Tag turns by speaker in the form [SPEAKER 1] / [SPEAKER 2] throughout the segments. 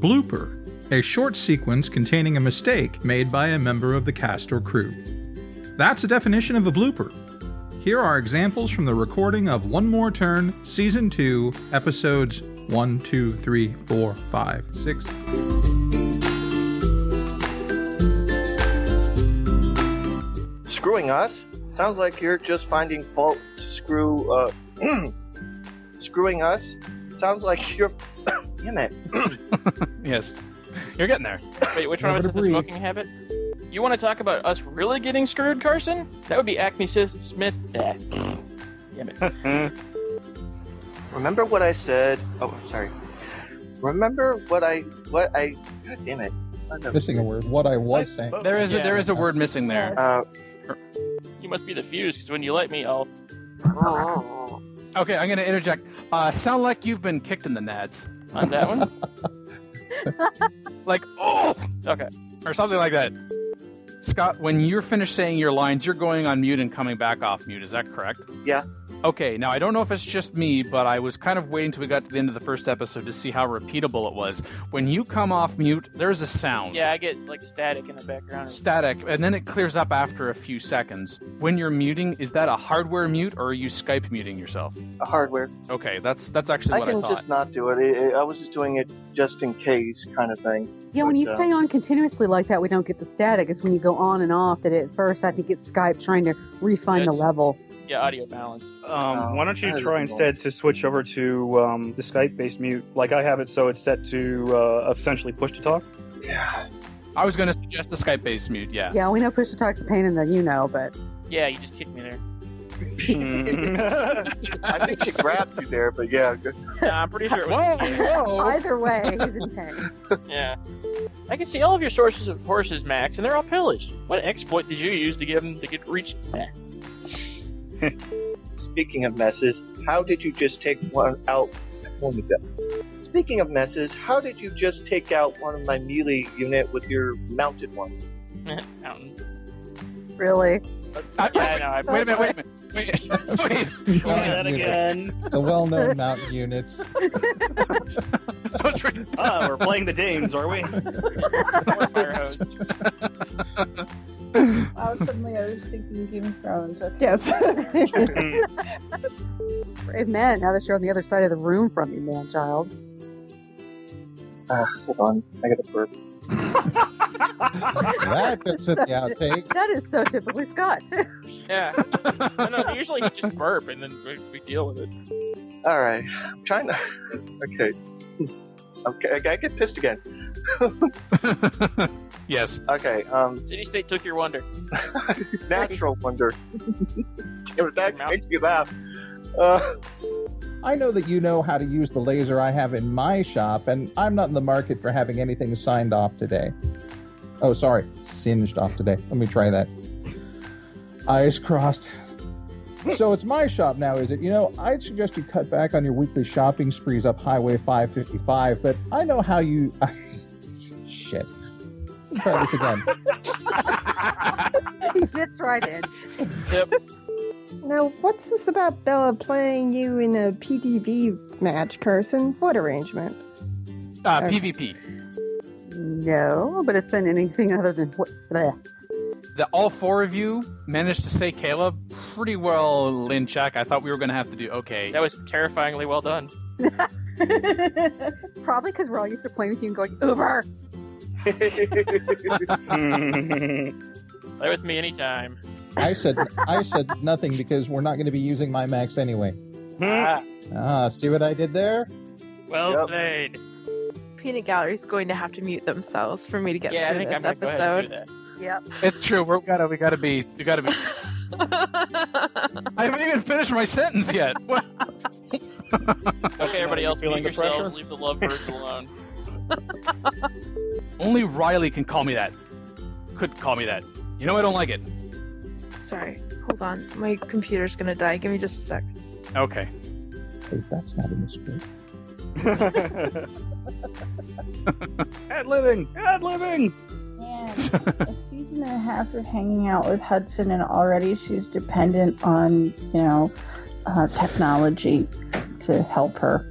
[SPEAKER 1] Blooper, a short sequence containing a mistake made by a member of the cast or crew. That's a definition of a blooper. Here are examples from the recording of One More Turn, Season 2, Episodes 1, 2, 3, 4, 5, 6.
[SPEAKER 2] Screwing us? Sounds like you're just finding fault to screw, uh, screwing us? Sounds like you're, damn it.
[SPEAKER 3] Yes. You're getting there. Wait, which one of
[SPEAKER 4] Remember
[SPEAKER 3] us has
[SPEAKER 4] to
[SPEAKER 3] the
[SPEAKER 4] breathe.
[SPEAKER 3] smoking habit? You want to talk about us really getting screwed, Carson? That would be Acme Sis Smith. eh, Damn it.
[SPEAKER 2] Remember what I said? Oh, sorry. Remember what I, what I, god damn it. Son of-
[SPEAKER 4] Missing a word. What I was saying.
[SPEAKER 5] There is
[SPEAKER 3] Yeah.
[SPEAKER 5] there is a word missing there.
[SPEAKER 2] Uh,
[SPEAKER 3] You must be the fuse, because when you light me, I'll.
[SPEAKER 2] uh,
[SPEAKER 5] Okay, I'm gonna interject. Uh, sound like you've been kicked in the nuts,
[SPEAKER 3] On that one?
[SPEAKER 5] like oh,
[SPEAKER 3] Okay.
[SPEAKER 5] or something like that. Scott, when you're finished saying your lines, you're going on mute and coming back off mute. Is that correct?
[SPEAKER 2] Yeah.
[SPEAKER 5] Okay. Now I don't know if it's just me, but I was kind of waiting till we got to the end of the first episode to see how repeatable it was. When you come off mute, there's a sound.
[SPEAKER 3] Yeah, I get like static in the background.
[SPEAKER 5] Static, and then it clears up after a few seconds. When you're muting, is that a hardware mute or are you Skype muting yourself?
[SPEAKER 2] a hardware.
[SPEAKER 5] Okay, that's that's actually
[SPEAKER 2] I
[SPEAKER 5] what I,
[SPEAKER 2] can
[SPEAKER 5] thought.
[SPEAKER 2] just not do it. I, I was just doing it just in case kind of thing.
[SPEAKER 6] Yeah, when
[SPEAKER 2] But,
[SPEAKER 6] you
[SPEAKER 2] uh,
[SPEAKER 6] stay on continuously like that, we don't get the static. It's when you go on and off that at first I think it's Skype trying to refine the
[SPEAKER 3] Yes.
[SPEAKER 6] level.
[SPEAKER 3] Yeah, audio balance.
[SPEAKER 2] Oh,
[SPEAKER 7] Um, why don't
[SPEAKER 2] that
[SPEAKER 7] you
[SPEAKER 2] is
[SPEAKER 7] try
[SPEAKER 2] annoying.
[SPEAKER 7] instead to switch over to um, the Skype-based mute, like I have it, so it's set to uh, essentially push to talk.
[SPEAKER 2] Yeah.
[SPEAKER 5] I was going to suggest the Skype based mute, yeah.
[SPEAKER 6] Yeah, we know push to talk's a pain in the you know, but
[SPEAKER 3] Yeah, you just kicked me there.
[SPEAKER 7] Mm.
[SPEAKER 2] I think she grabbed you there, but yeah. good.
[SPEAKER 3] Nah, I'm pretty sure it
[SPEAKER 5] Whoa,
[SPEAKER 3] was.
[SPEAKER 5] whoa!
[SPEAKER 6] either way, he's in pain.
[SPEAKER 3] Yeah. I can see all of your sources of horses, Max, and they're all pillaged. What exploit did you use to get them to get reached? Eh.
[SPEAKER 2] Speaking of messes, how did you just take one out? Let me go. Speaking of messes, how did you just take out one of my melee unit with your mounted one?
[SPEAKER 3] Mountain.
[SPEAKER 6] Really.
[SPEAKER 5] I-
[SPEAKER 3] Yeah, I know. I-
[SPEAKER 5] Uh, Wait a minute, wait a minute. Wait, wait,
[SPEAKER 4] Mountain units. The well-known mountain units.
[SPEAKER 5] don't re-
[SPEAKER 7] ah, we're playing the games, are we?
[SPEAKER 3] Fire hose.
[SPEAKER 8] Wow, suddenly I was thinking Game of Thrones. Okay.
[SPEAKER 6] Yes. Brave man, now that you're on the other side of the room from me, man child.
[SPEAKER 2] Ah, hold on. I got a burp.
[SPEAKER 4] That fits in the outtake.
[SPEAKER 6] That is so typically Scott. too.
[SPEAKER 3] Yeah. No, no, usually you just burp and then we, we deal with it.
[SPEAKER 2] All right. I'm trying to. Okay. Okay, I get pissed again.
[SPEAKER 5] yes.
[SPEAKER 2] Okay, um,
[SPEAKER 3] City State took your wonder.
[SPEAKER 2] natural wonder. Damn it, that
[SPEAKER 3] Mount-
[SPEAKER 2] makes me laugh. Uh,
[SPEAKER 4] I know that you know how to use the laser I have in my shop, and I'm not in the market for having anything signed off today. Oh, sorry, singed off today. Let me try that. Eyes crossed. So it's my shop now, is it? You know, I'd suggest you cut back on your weekly shopping sprees up Highway 555, but I know how you. shit. Let me Try this again.
[SPEAKER 5] Uh,
[SPEAKER 6] he fits right in.
[SPEAKER 8] Now, what's this about Bella playing you in a PDB match, Carson? What arrangement?
[SPEAKER 5] Uh, PvP.
[SPEAKER 6] No, but it's been anything other than what bleh.
[SPEAKER 5] The, all four of you managed to say Caleb pretty well in check. I thought we were going to have to do okay.
[SPEAKER 3] That was terrifyingly well done.
[SPEAKER 6] probably because we're all used to playing with you and going, Uber.
[SPEAKER 3] Play with me anytime.
[SPEAKER 4] I said I said nothing because we're not going to be using my max anyway.
[SPEAKER 5] Hmm.
[SPEAKER 3] Ah,
[SPEAKER 4] Ah, see what I did there?
[SPEAKER 3] well
[SPEAKER 2] Yep.
[SPEAKER 3] played.
[SPEAKER 9] Peanut Gallery's going to have to mute themselves for me to get
[SPEAKER 3] yeah, I
[SPEAKER 9] through
[SPEAKER 3] think I'm
[SPEAKER 9] this
[SPEAKER 3] gonna go ahead and
[SPEAKER 9] episode.
[SPEAKER 3] do that.
[SPEAKER 5] It's true. We're gotta we gotta be we gotta be. I haven't even finished my sentence yet. What?
[SPEAKER 3] Okay, everybody
[SPEAKER 7] you
[SPEAKER 3] else,
[SPEAKER 7] feeling
[SPEAKER 3] mute
[SPEAKER 7] the pressure?
[SPEAKER 3] yourselves. Leave the lovebirds alone.
[SPEAKER 5] Only Riley can call me that. Could call me that. You know I don't like it.
[SPEAKER 9] Sorry, hold on. My computer's gonna die. Give me just a sec.
[SPEAKER 5] Okay.
[SPEAKER 4] Wait, that's not in the script.
[SPEAKER 7] Ad living, ad living.
[SPEAKER 8] Yeah.
[SPEAKER 10] had a season and a half of hanging out with Hudson, and already she's dependent on, you know, uh, technology to help her.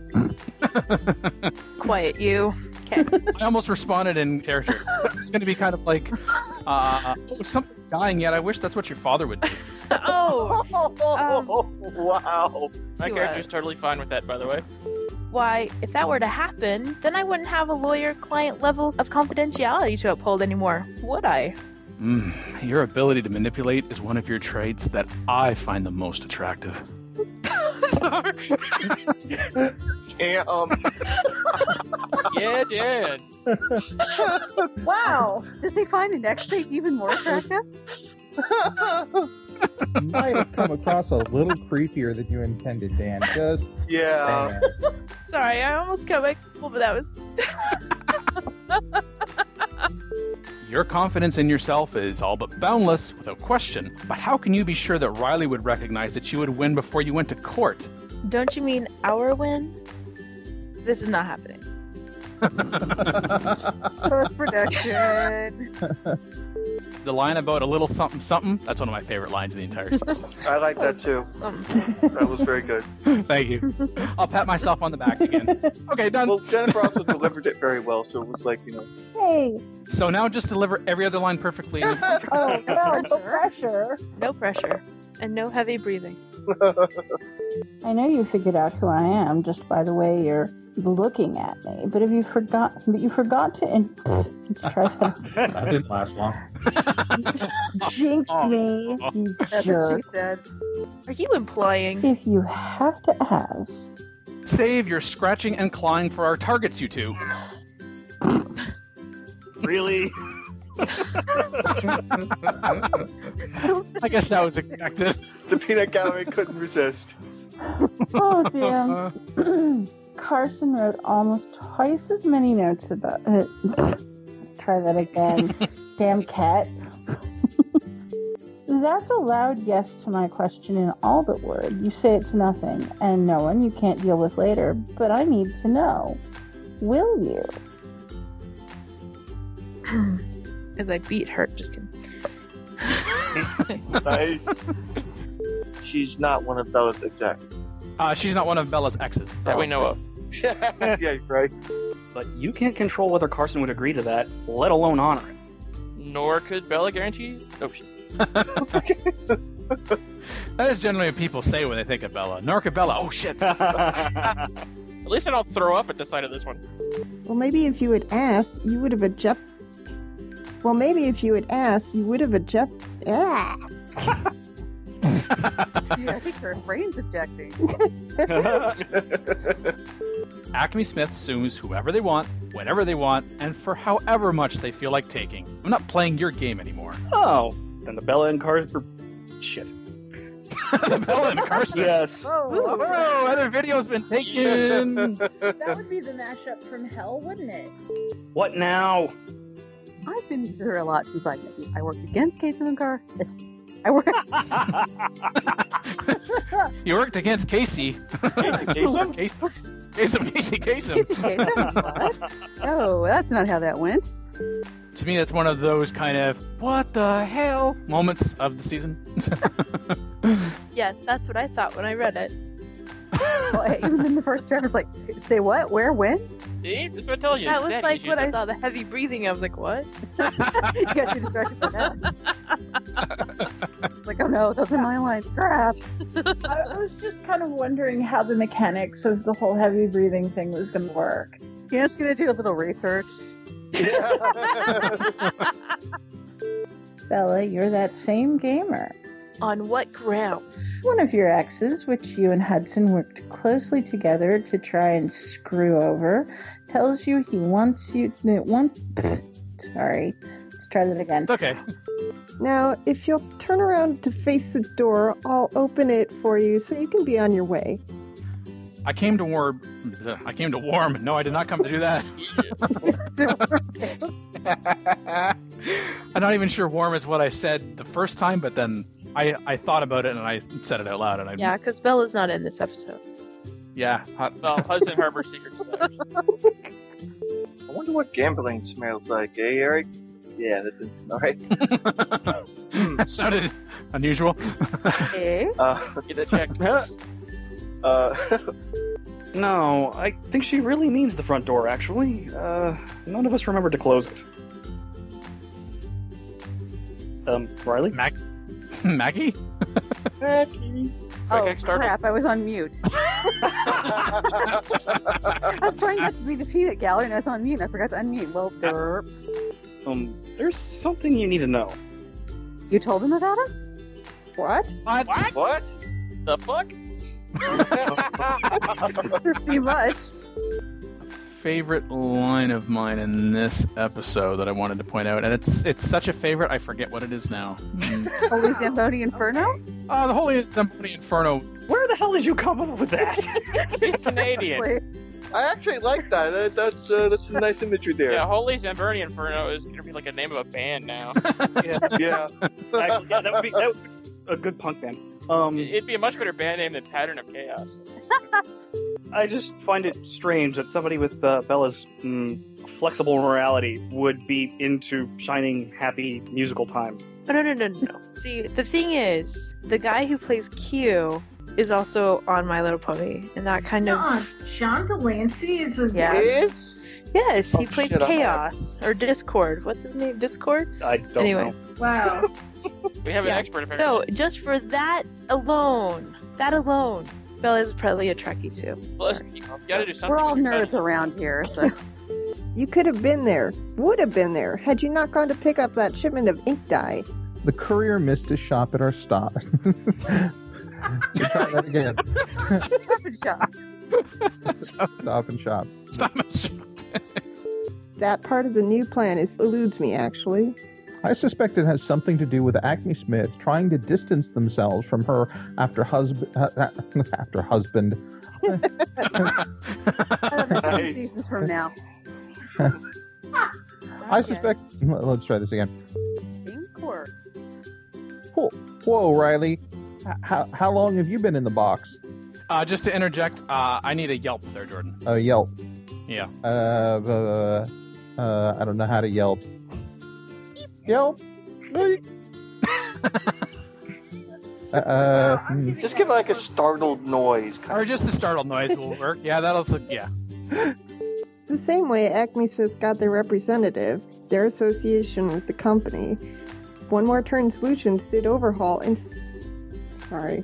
[SPEAKER 9] Quiet you.
[SPEAKER 5] I almost responded in character. It's going to be kind of like, uh, oh, something's dying yet. I wish that's what your father would do.
[SPEAKER 9] Oh, Um,
[SPEAKER 2] wow.
[SPEAKER 3] My
[SPEAKER 9] to, uh,
[SPEAKER 3] character's totally fine with that, by the way.
[SPEAKER 9] why, if that were to happen, then I wouldn't have a lawyer client level of confidentiality to uphold anymore, would I?
[SPEAKER 5] Mm, your ability to manipulate is one of your traits that I find the most attractive.
[SPEAKER 9] Sorry.
[SPEAKER 2] Yeah, um,
[SPEAKER 3] Yeah, Dad.
[SPEAKER 10] Wow.
[SPEAKER 6] Does he find the next thing even more attractive?
[SPEAKER 4] Might have come across a little creepier than you intended, Dan. Just
[SPEAKER 2] yeah.
[SPEAKER 4] saying.
[SPEAKER 9] Sorry, I almost got my but that was
[SPEAKER 5] Your confidence in yourself is all but boundless, without question. But how can you be sure that Riley would recognize that you would win before you went to court?
[SPEAKER 9] Don't you mean our win? This is not happening.
[SPEAKER 6] Post production.
[SPEAKER 5] The line about a little something something, that's one of my favorite lines in the entire season.
[SPEAKER 2] I like that too.
[SPEAKER 9] Some
[SPEAKER 2] That was very good.
[SPEAKER 5] Thank you. I'll pat myself on the back again. Okay, done.
[SPEAKER 2] Well, Jennifer also delivered it very well, so it was like, you know,
[SPEAKER 10] Hey.
[SPEAKER 5] So now just deliver every other line perfectly.
[SPEAKER 10] Oh, no, no pressure.
[SPEAKER 9] no pressure and no heavy breathing.
[SPEAKER 10] I know you figured out who I am just by the way you're looking at me, but if you forgot, but you forgot to in- try to
[SPEAKER 7] That
[SPEAKER 4] didn't last long.
[SPEAKER 10] jinx me, you
[SPEAKER 6] That's what
[SPEAKER 10] jerk.
[SPEAKER 6] she said.
[SPEAKER 9] Are you implying?
[SPEAKER 10] If you have to ask,
[SPEAKER 5] Save your scratching and clawing for our targets, you two.
[SPEAKER 7] really?
[SPEAKER 5] I guess that was expected.
[SPEAKER 2] the peanut gallery couldn't resist.
[SPEAKER 10] oh
[SPEAKER 5] Uh,
[SPEAKER 10] damn. Carson wrote almost twice as many notes about it. try that again. damn cat. That's a loud yes to my question in all but word. You say it to nothing and no one you can't deal with later, but I need to know. Will you?
[SPEAKER 9] As I beat her, just kidding.
[SPEAKER 2] Nice. She's not one of Bella's execs.
[SPEAKER 5] Uh, she's not one of Bella's exes.
[SPEAKER 3] That we know of.
[SPEAKER 2] yeah, right.
[SPEAKER 7] But you can't control whether Carson would agree to that, let alone honor it.
[SPEAKER 3] Nor could Bella guarantee. Oh, sh-
[SPEAKER 5] That is generally what people say when they think of Bella. Narcabella. Oh shit.
[SPEAKER 3] at least I don't throw up at the sight of this one.
[SPEAKER 8] Well, maybe if you had asked, you would have adjust. Well, maybe if you had asked, you would have adjust. Ah.
[SPEAKER 6] Yeah, I think her brain's objecting.
[SPEAKER 5] Acme Smith sues whoever they want, whenever they want, and for however much they feel like taking. I'm not playing your game anymore.
[SPEAKER 7] oh, then the Bella and Carson. er, Shit.
[SPEAKER 5] Bella and Carson.
[SPEAKER 7] Yes.
[SPEAKER 6] Oh,
[SPEAKER 5] Oh, other video's been taken.
[SPEAKER 10] That would be the mashup from hell, wouldn't it?
[SPEAKER 7] What now?
[SPEAKER 6] I've been through a lot since I met you. I worked against Casey and Carr. I worked.
[SPEAKER 5] you worked against Casey.
[SPEAKER 2] Casey?
[SPEAKER 5] Casey. Casey. Casey. Casey.
[SPEAKER 6] what? Oh, that's not how that went.
[SPEAKER 5] To me, that's one of those kind of what the hell moments of the season.
[SPEAKER 9] Yes, that's what I thought when I read it.
[SPEAKER 6] Well, even in the first draft, it's like, say what? Where? When?
[SPEAKER 3] See, that's what I tell you.
[SPEAKER 9] That was
[SPEAKER 3] Daddy
[SPEAKER 9] like
[SPEAKER 3] issues
[SPEAKER 9] when I
[SPEAKER 3] are-
[SPEAKER 9] saw the heavy breathing. I was like, what?
[SPEAKER 6] you got too distracted by that. It's like, oh no, those are my lines. Crap.
[SPEAKER 10] I I was just kind of wondering how the mechanics of the whole heavy breathing thing was going to work.
[SPEAKER 6] Dan's gonna do a little research.
[SPEAKER 2] Yeah.
[SPEAKER 10] Bella, you're that same gamer.
[SPEAKER 9] On what grounds?
[SPEAKER 10] One of your exes, which you and Hudson worked closely together to try and screw over, tells you he wants you to once. Sorry, let's try that again.
[SPEAKER 5] It's okay.
[SPEAKER 8] Now, if you'll turn around to face the door, I'll open it for you so you can be on your way.
[SPEAKER 5] I came to warm. I came to warm. No, I did not come to do that. I'm not even sure warm is what I said the first time, but then I, I thought about it and I said it out loud. And I
[SPEAKER 9] Yeah, because Bella's not in this episode.
[SPEAKER 5] yeah hot-
[SPEAKER 3] Well, Hudson Harbor Secret Society.
[SPEAKER 2] I wonder what gambling smells like, eh, Eric? Yeah, that's it. all right.
[SPEAKER 5] that sounded unusual.
[SPEAKER 2] Uh,
[SPEAKER 3] Get a check.
[SPEAKER 2] uh,
[SPEAKER 7] no, I think she really means the front door, actually. Uh, none of us remember to close it. Um, Riley?
[SPEAKER 5] Mac- Maggie?
[SPEAKER 6] Oh,
[SPEAKER 3] Quick, start
[SPEAKER 6] crap. I was on mute. I was trying not to be the peanut gallery and I was on mute and I forgot to unmute. Well, derp.
[SPEAKER 7] Um, there's something you need to know.
[SPEAKER 6] You told him about us?
[SPEAKER 8] What?
[SPEAKER 5] What?
[SPEAKER 3] What?
[SPEAKER 2] what?
[SPEAKER 3] The fuck?
[SPEAKER 6] Pretty much.
[SPEAKER 5] Favorite line of mine in this episode that I wanted to point out, and it's it's such a favorite, I forget what it is now. Hmm.
[SPEAKER 6] Holy Zamboni Inferno?
[SPEAKER 5] Uh, the Holy Symphony Inferno.
[SPEAKER 7] Where the hell did you come up with that?
[SPEAKER 3] He's Canadian.
[SPEAKER 6] Like,
[SPEAKER 2] I actually like that. Uh, that's uh, that's some nice imagery there.
[SPEAKER 3] Yeah, Holy Zamberni Inferno is gonna be like a name of a band now.
[SPEAKER 2] yeah.
[SPEAKER 7] Actually, yeah, that would be, that would be a good punk band. Um,
[SPEAKER 3] It'd be a much better band name than Pattern of Chaos.
[SPEAKER 7] I just find it strange that somebody with uh, Bella's mm, flexible morality would be into shining, happy musical time.
[SPEAKER 9] Oh, no, no, no, no. no. See, the thing is, the guy who plays Q is also on My Little Pony, and that kind of
[SPEAKER 11] John, John Delancey is a
[SPEAKER 9] Yeah.
[SPEAKER 2] Is?
[SPEAKER 9] yes, he
[SPEAKER 2] Oh,
[SPEAKER 9] plays
[SPEAKER 2] shit, I'm
[SPEAKER 9] Chaos or Discord. What's his name? Discord.
[SPEAKER 7] I don't
[SPEAKER 9] Anyway.
[SPEAKER 7] know.
[SPEAKER 11] wow.
[SPEAKER 3] We have
[SPEAKER 9] Yeah.
[SPEAKER 3] an expert apparently.
[SPEAKER 9] So just for that alone, that alone, Bella is probably a Trekkie too.
[SPEAKER 3] Plus, you gotta do something.
[SPEAKER 6] We're all
[SPEAKER 3] with your
[SPEAKER 6] nerds around here, so
[SPEAKER 8] You could have been there, would have been there, had you not gone to pick up that shipment of ink dye.
[SPEAKER 4] The courier missed his shop at our stop. try that again.
[SPEAKER 6] stop and shop.
[SPEAKER 4] Stop and shop.
[SPEAKER 5] Stop it.
[SPEAKER 8] That part of the new plan is eludes me, actually.
[SPEAKER 4] I suspect it has something to do with Acme Smith trying to distance themselves from her after husband after husband
[SPEAKER 6] I don't know,
[SPEAKER 2] Nice.
[SPEAKER 6] seasons from now.
[SPEAKER 4] I suspect. Let's try this again.
[SPEAKER 6] Of course.
[SPEAKER 4] Whoa, whoa Riley. H- How, how long have you been in the box?
[SPEAKER 5] Uh, just to interject, uh, I need a Yelp there, Jordan.
[SPEAKER 4] Oh, Yelp.
[SPEAKER 5] Yeah.
[SPEAKER 4] Uh, uh, uh, I don't know how to Yelp. Yelp. Beep. uh, uh, hmm.
[SPEAKER 2] Just give like a startled noise.
[SPEAKER 5] Or just the startled noise will work. Yeah, that'll. Yeah.
[SPEAKER 8] The same way Acme Smith got their representative, their association with the company. One More Turn Solutions did overhaul and. Sorry.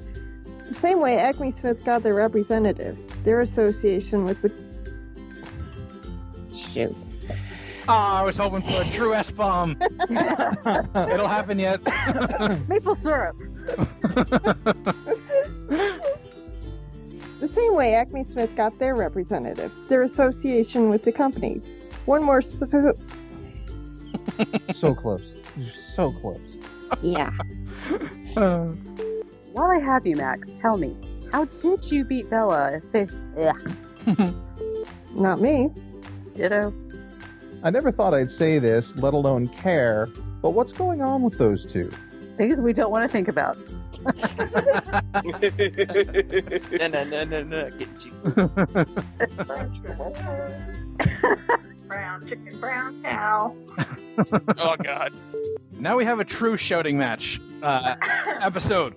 [SPEAKER 8] The same way Acme Smith got their representative, their association with the. Shoot.
[SPEAKER 5] Oh, I was hoping for a true S bomb. It'll happen yet.
[SPEAKER 6] Maple syrup.
[SPEAKER 8] The same way Acme Smith got their representative, their association with the company. One More. So-
[SPEAKER 4] so close. You're so close.
[SPEAKER 8] yeah.
[SPEAKER 6] While I have you, Max, tell me, how did you beat Bella? If it, yeah,
[SPEAKER 8] Not me.
[SPEAKER 6] ditto.
[SPEAKER 4] I never thought I'd say this, let alone care. But what's going on with those two?
[SPEAKER 6] Things we don't want to think about.
[SPEAKER 3] No, no, no, no, no. Get you.
[SPEAKER 11] brown chicken, brown cow.
[SPEAKER 3] Oh god.
[SPEAKER 5] now we have a true shouting match uh, episode.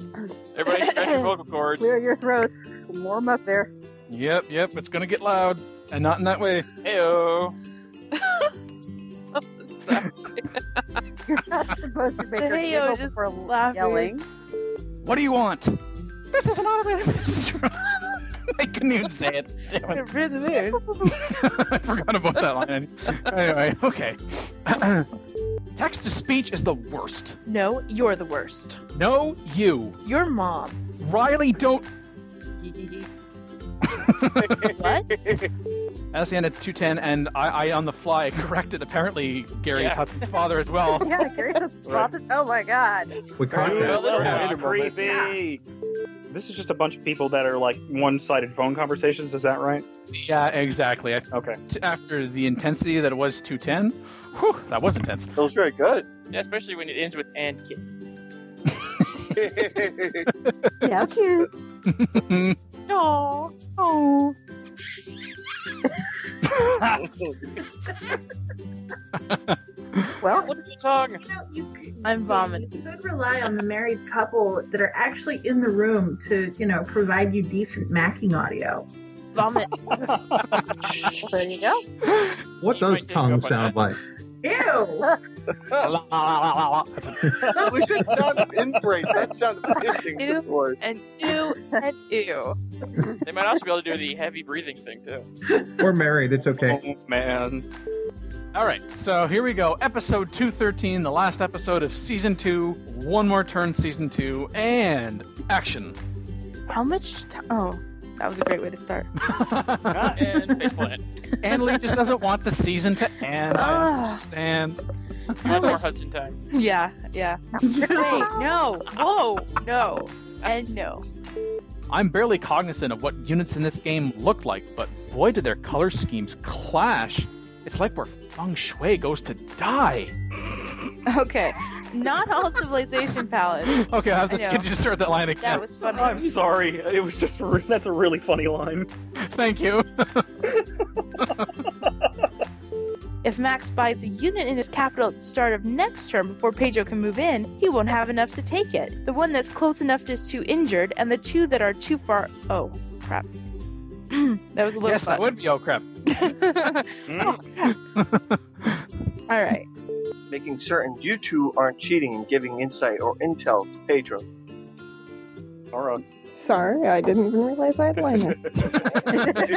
[SPEAKER 3] Everybody stretch your vocal cords.
[SPEAKER 6] Clear your throats. Warm up there.
[SPEAKER 5] Yep, yep. It's gonna get loud, and not in that way.
[SPEAKER 3] Heyo.
[SPEAKER 9] Sorry.
[SPEAKER 6] You're not supposed to make her
[SPEAKER 9] Hey, yo,
[SPEAKER 6] giggle
[SPEAKER 9] just
[SPEAKER 6] for
[SPEAKER 9] laughing.
[SPEAKER 6] yelling.
[SPEAKER 5] What do you want? This is an automated message. I couldn't even say it. Damn it.
[SPEAKER 9] Get rid of it.
[SPEAKER 5] I forgot about that line. Anyway, okay. Text to speech is the worst.
[SPEAKER 9] No, you're the worst.
[SPEAKER 5] No, you.
[SPEAKER 9] Your mom.
[SPEAKER 5] Riley, don't.
[SPEAKER 9] What?
[SPEAKER 5] That's the end of 210, and I, I on the fly corrected apparently Gary's
[SPEAKER 3] Yeah.
[SPEAKER 5] Hudson's father as well.
[SPEAKER 6] yeah, Gary says stop it. Oh my god.
[SPEAKER 1] We caught
[SPEAKER 3] Ooh,
[SPEAKER 1] that.
[SPEAKER 3] that's
[SPEAKER 1] Yeah.
[SPEAKER 3] good.
[SPEAKER 7] creepy. This is just a bunch of people that are like one-sided phone conversations. Is that right?
[SPEAKER 5] Yeah, exactly. I-
[SPEAKER 7] Okay.
[SPEAKER 5] t- After the intensity that it was 210, whew, that was intense.
[SPEAKER 2] That was very good.
[SPEAKER 3] Yeah, especially when it ends with and kiss.
[SPEAKER 6] Yeah, cues.
[SPEAKER 9] No. Oh.
[SPEAKER 6] Well,
[SPEAKER 3] what is your tongue?
[SPEAKER 11] You know, you could,
[SPEAKER 9] I'm vomiting.
[SPEAKER 11] You could rely on the married couple that are actually in the room to, you know, provide you decent macking audio.
[SPEAKER 9] Vomit.
[SPEAKER 6] there you go.
[SPEAKER 1] What does tongue sound like?
[SPEAKER 11] Ew!
[SPEAKER 2] we should sound inbreak. That sounds interesting.
[SPEAKER 9] ew and ew and ew.
[SPEAKER 3] They might also be able to do the heavy breathing thing too.
[SPEAKER 1] We're married. It's okay.
[SPEAKER 5] Oh, man. All right, so here we go. Episode 213, the last episode of season two. One more turn, season two, and action.
[SPEAKER 9] How much? T- oh, that was a great way to start.
[SPEAKER 3] and faithful end.
[SPEAKER 5] And Lee just doesn't want the season to end. I
[SPEAKER 9] Ah.
[SPEAKER 5] understand.
[SPEAKER 3] That's more Hudson time.
[SPEAKER 9] Yeah, yeah. Wait, no, whoa, no, and no.
[SPEAKER 5] I'm barely cognizant of what units in this game look like, but boy, did their color schemes clash. It's like where feng shui goes to die.
[SPEAKER 9] Okay, not all civilization palace.
[SPEAKER 5] Okay, I'll have
[SPEAKER 9] I
[SPEAKER 5] this
[SPEAKER 9] know.
[SPEAKER 5] kid just start that line
[SPEAKER 9] That
[SPEAKER 5] again.
[SPEAKER 9] was funny.
[SPEAKER 7] I'm sorry. It was just re- that's a really funny line.
[SPEAKER 5] Thank you.
[SPEAKER 9] If Max buys a unit in his capital at the start of next term before Pedro can move in, he won't have enough to take it. The one that's close enough is too injured, and the two that are too far. Oh, crap. that was a little
[SPEAKER 5] Yes, that
[SPEAKER 9] fun.
[SPEAKER 5] would be. Oh, crap.
[SPEAKER 9] oh, crap. All right.
[SPEAKER 2] Making certain you two aren't cheating and giving insight or intel to Pedro.
[SPEAKER 7] All right.
[SPEAKER 8] Sorry, I didn't even realize I had lined it.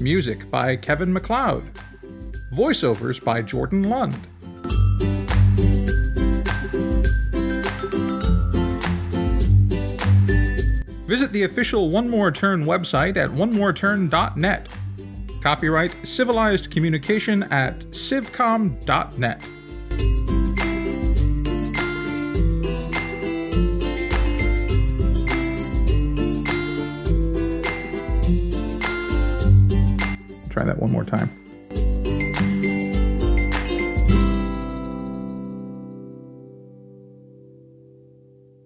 [SPEAKER 1] Music by Kevin McLeod. Voiceovers by Jordan Lund. Visit the official One More Turn website at onemoreturn.net. Copyright Civilized Communication at civcom.net. Try that one more time.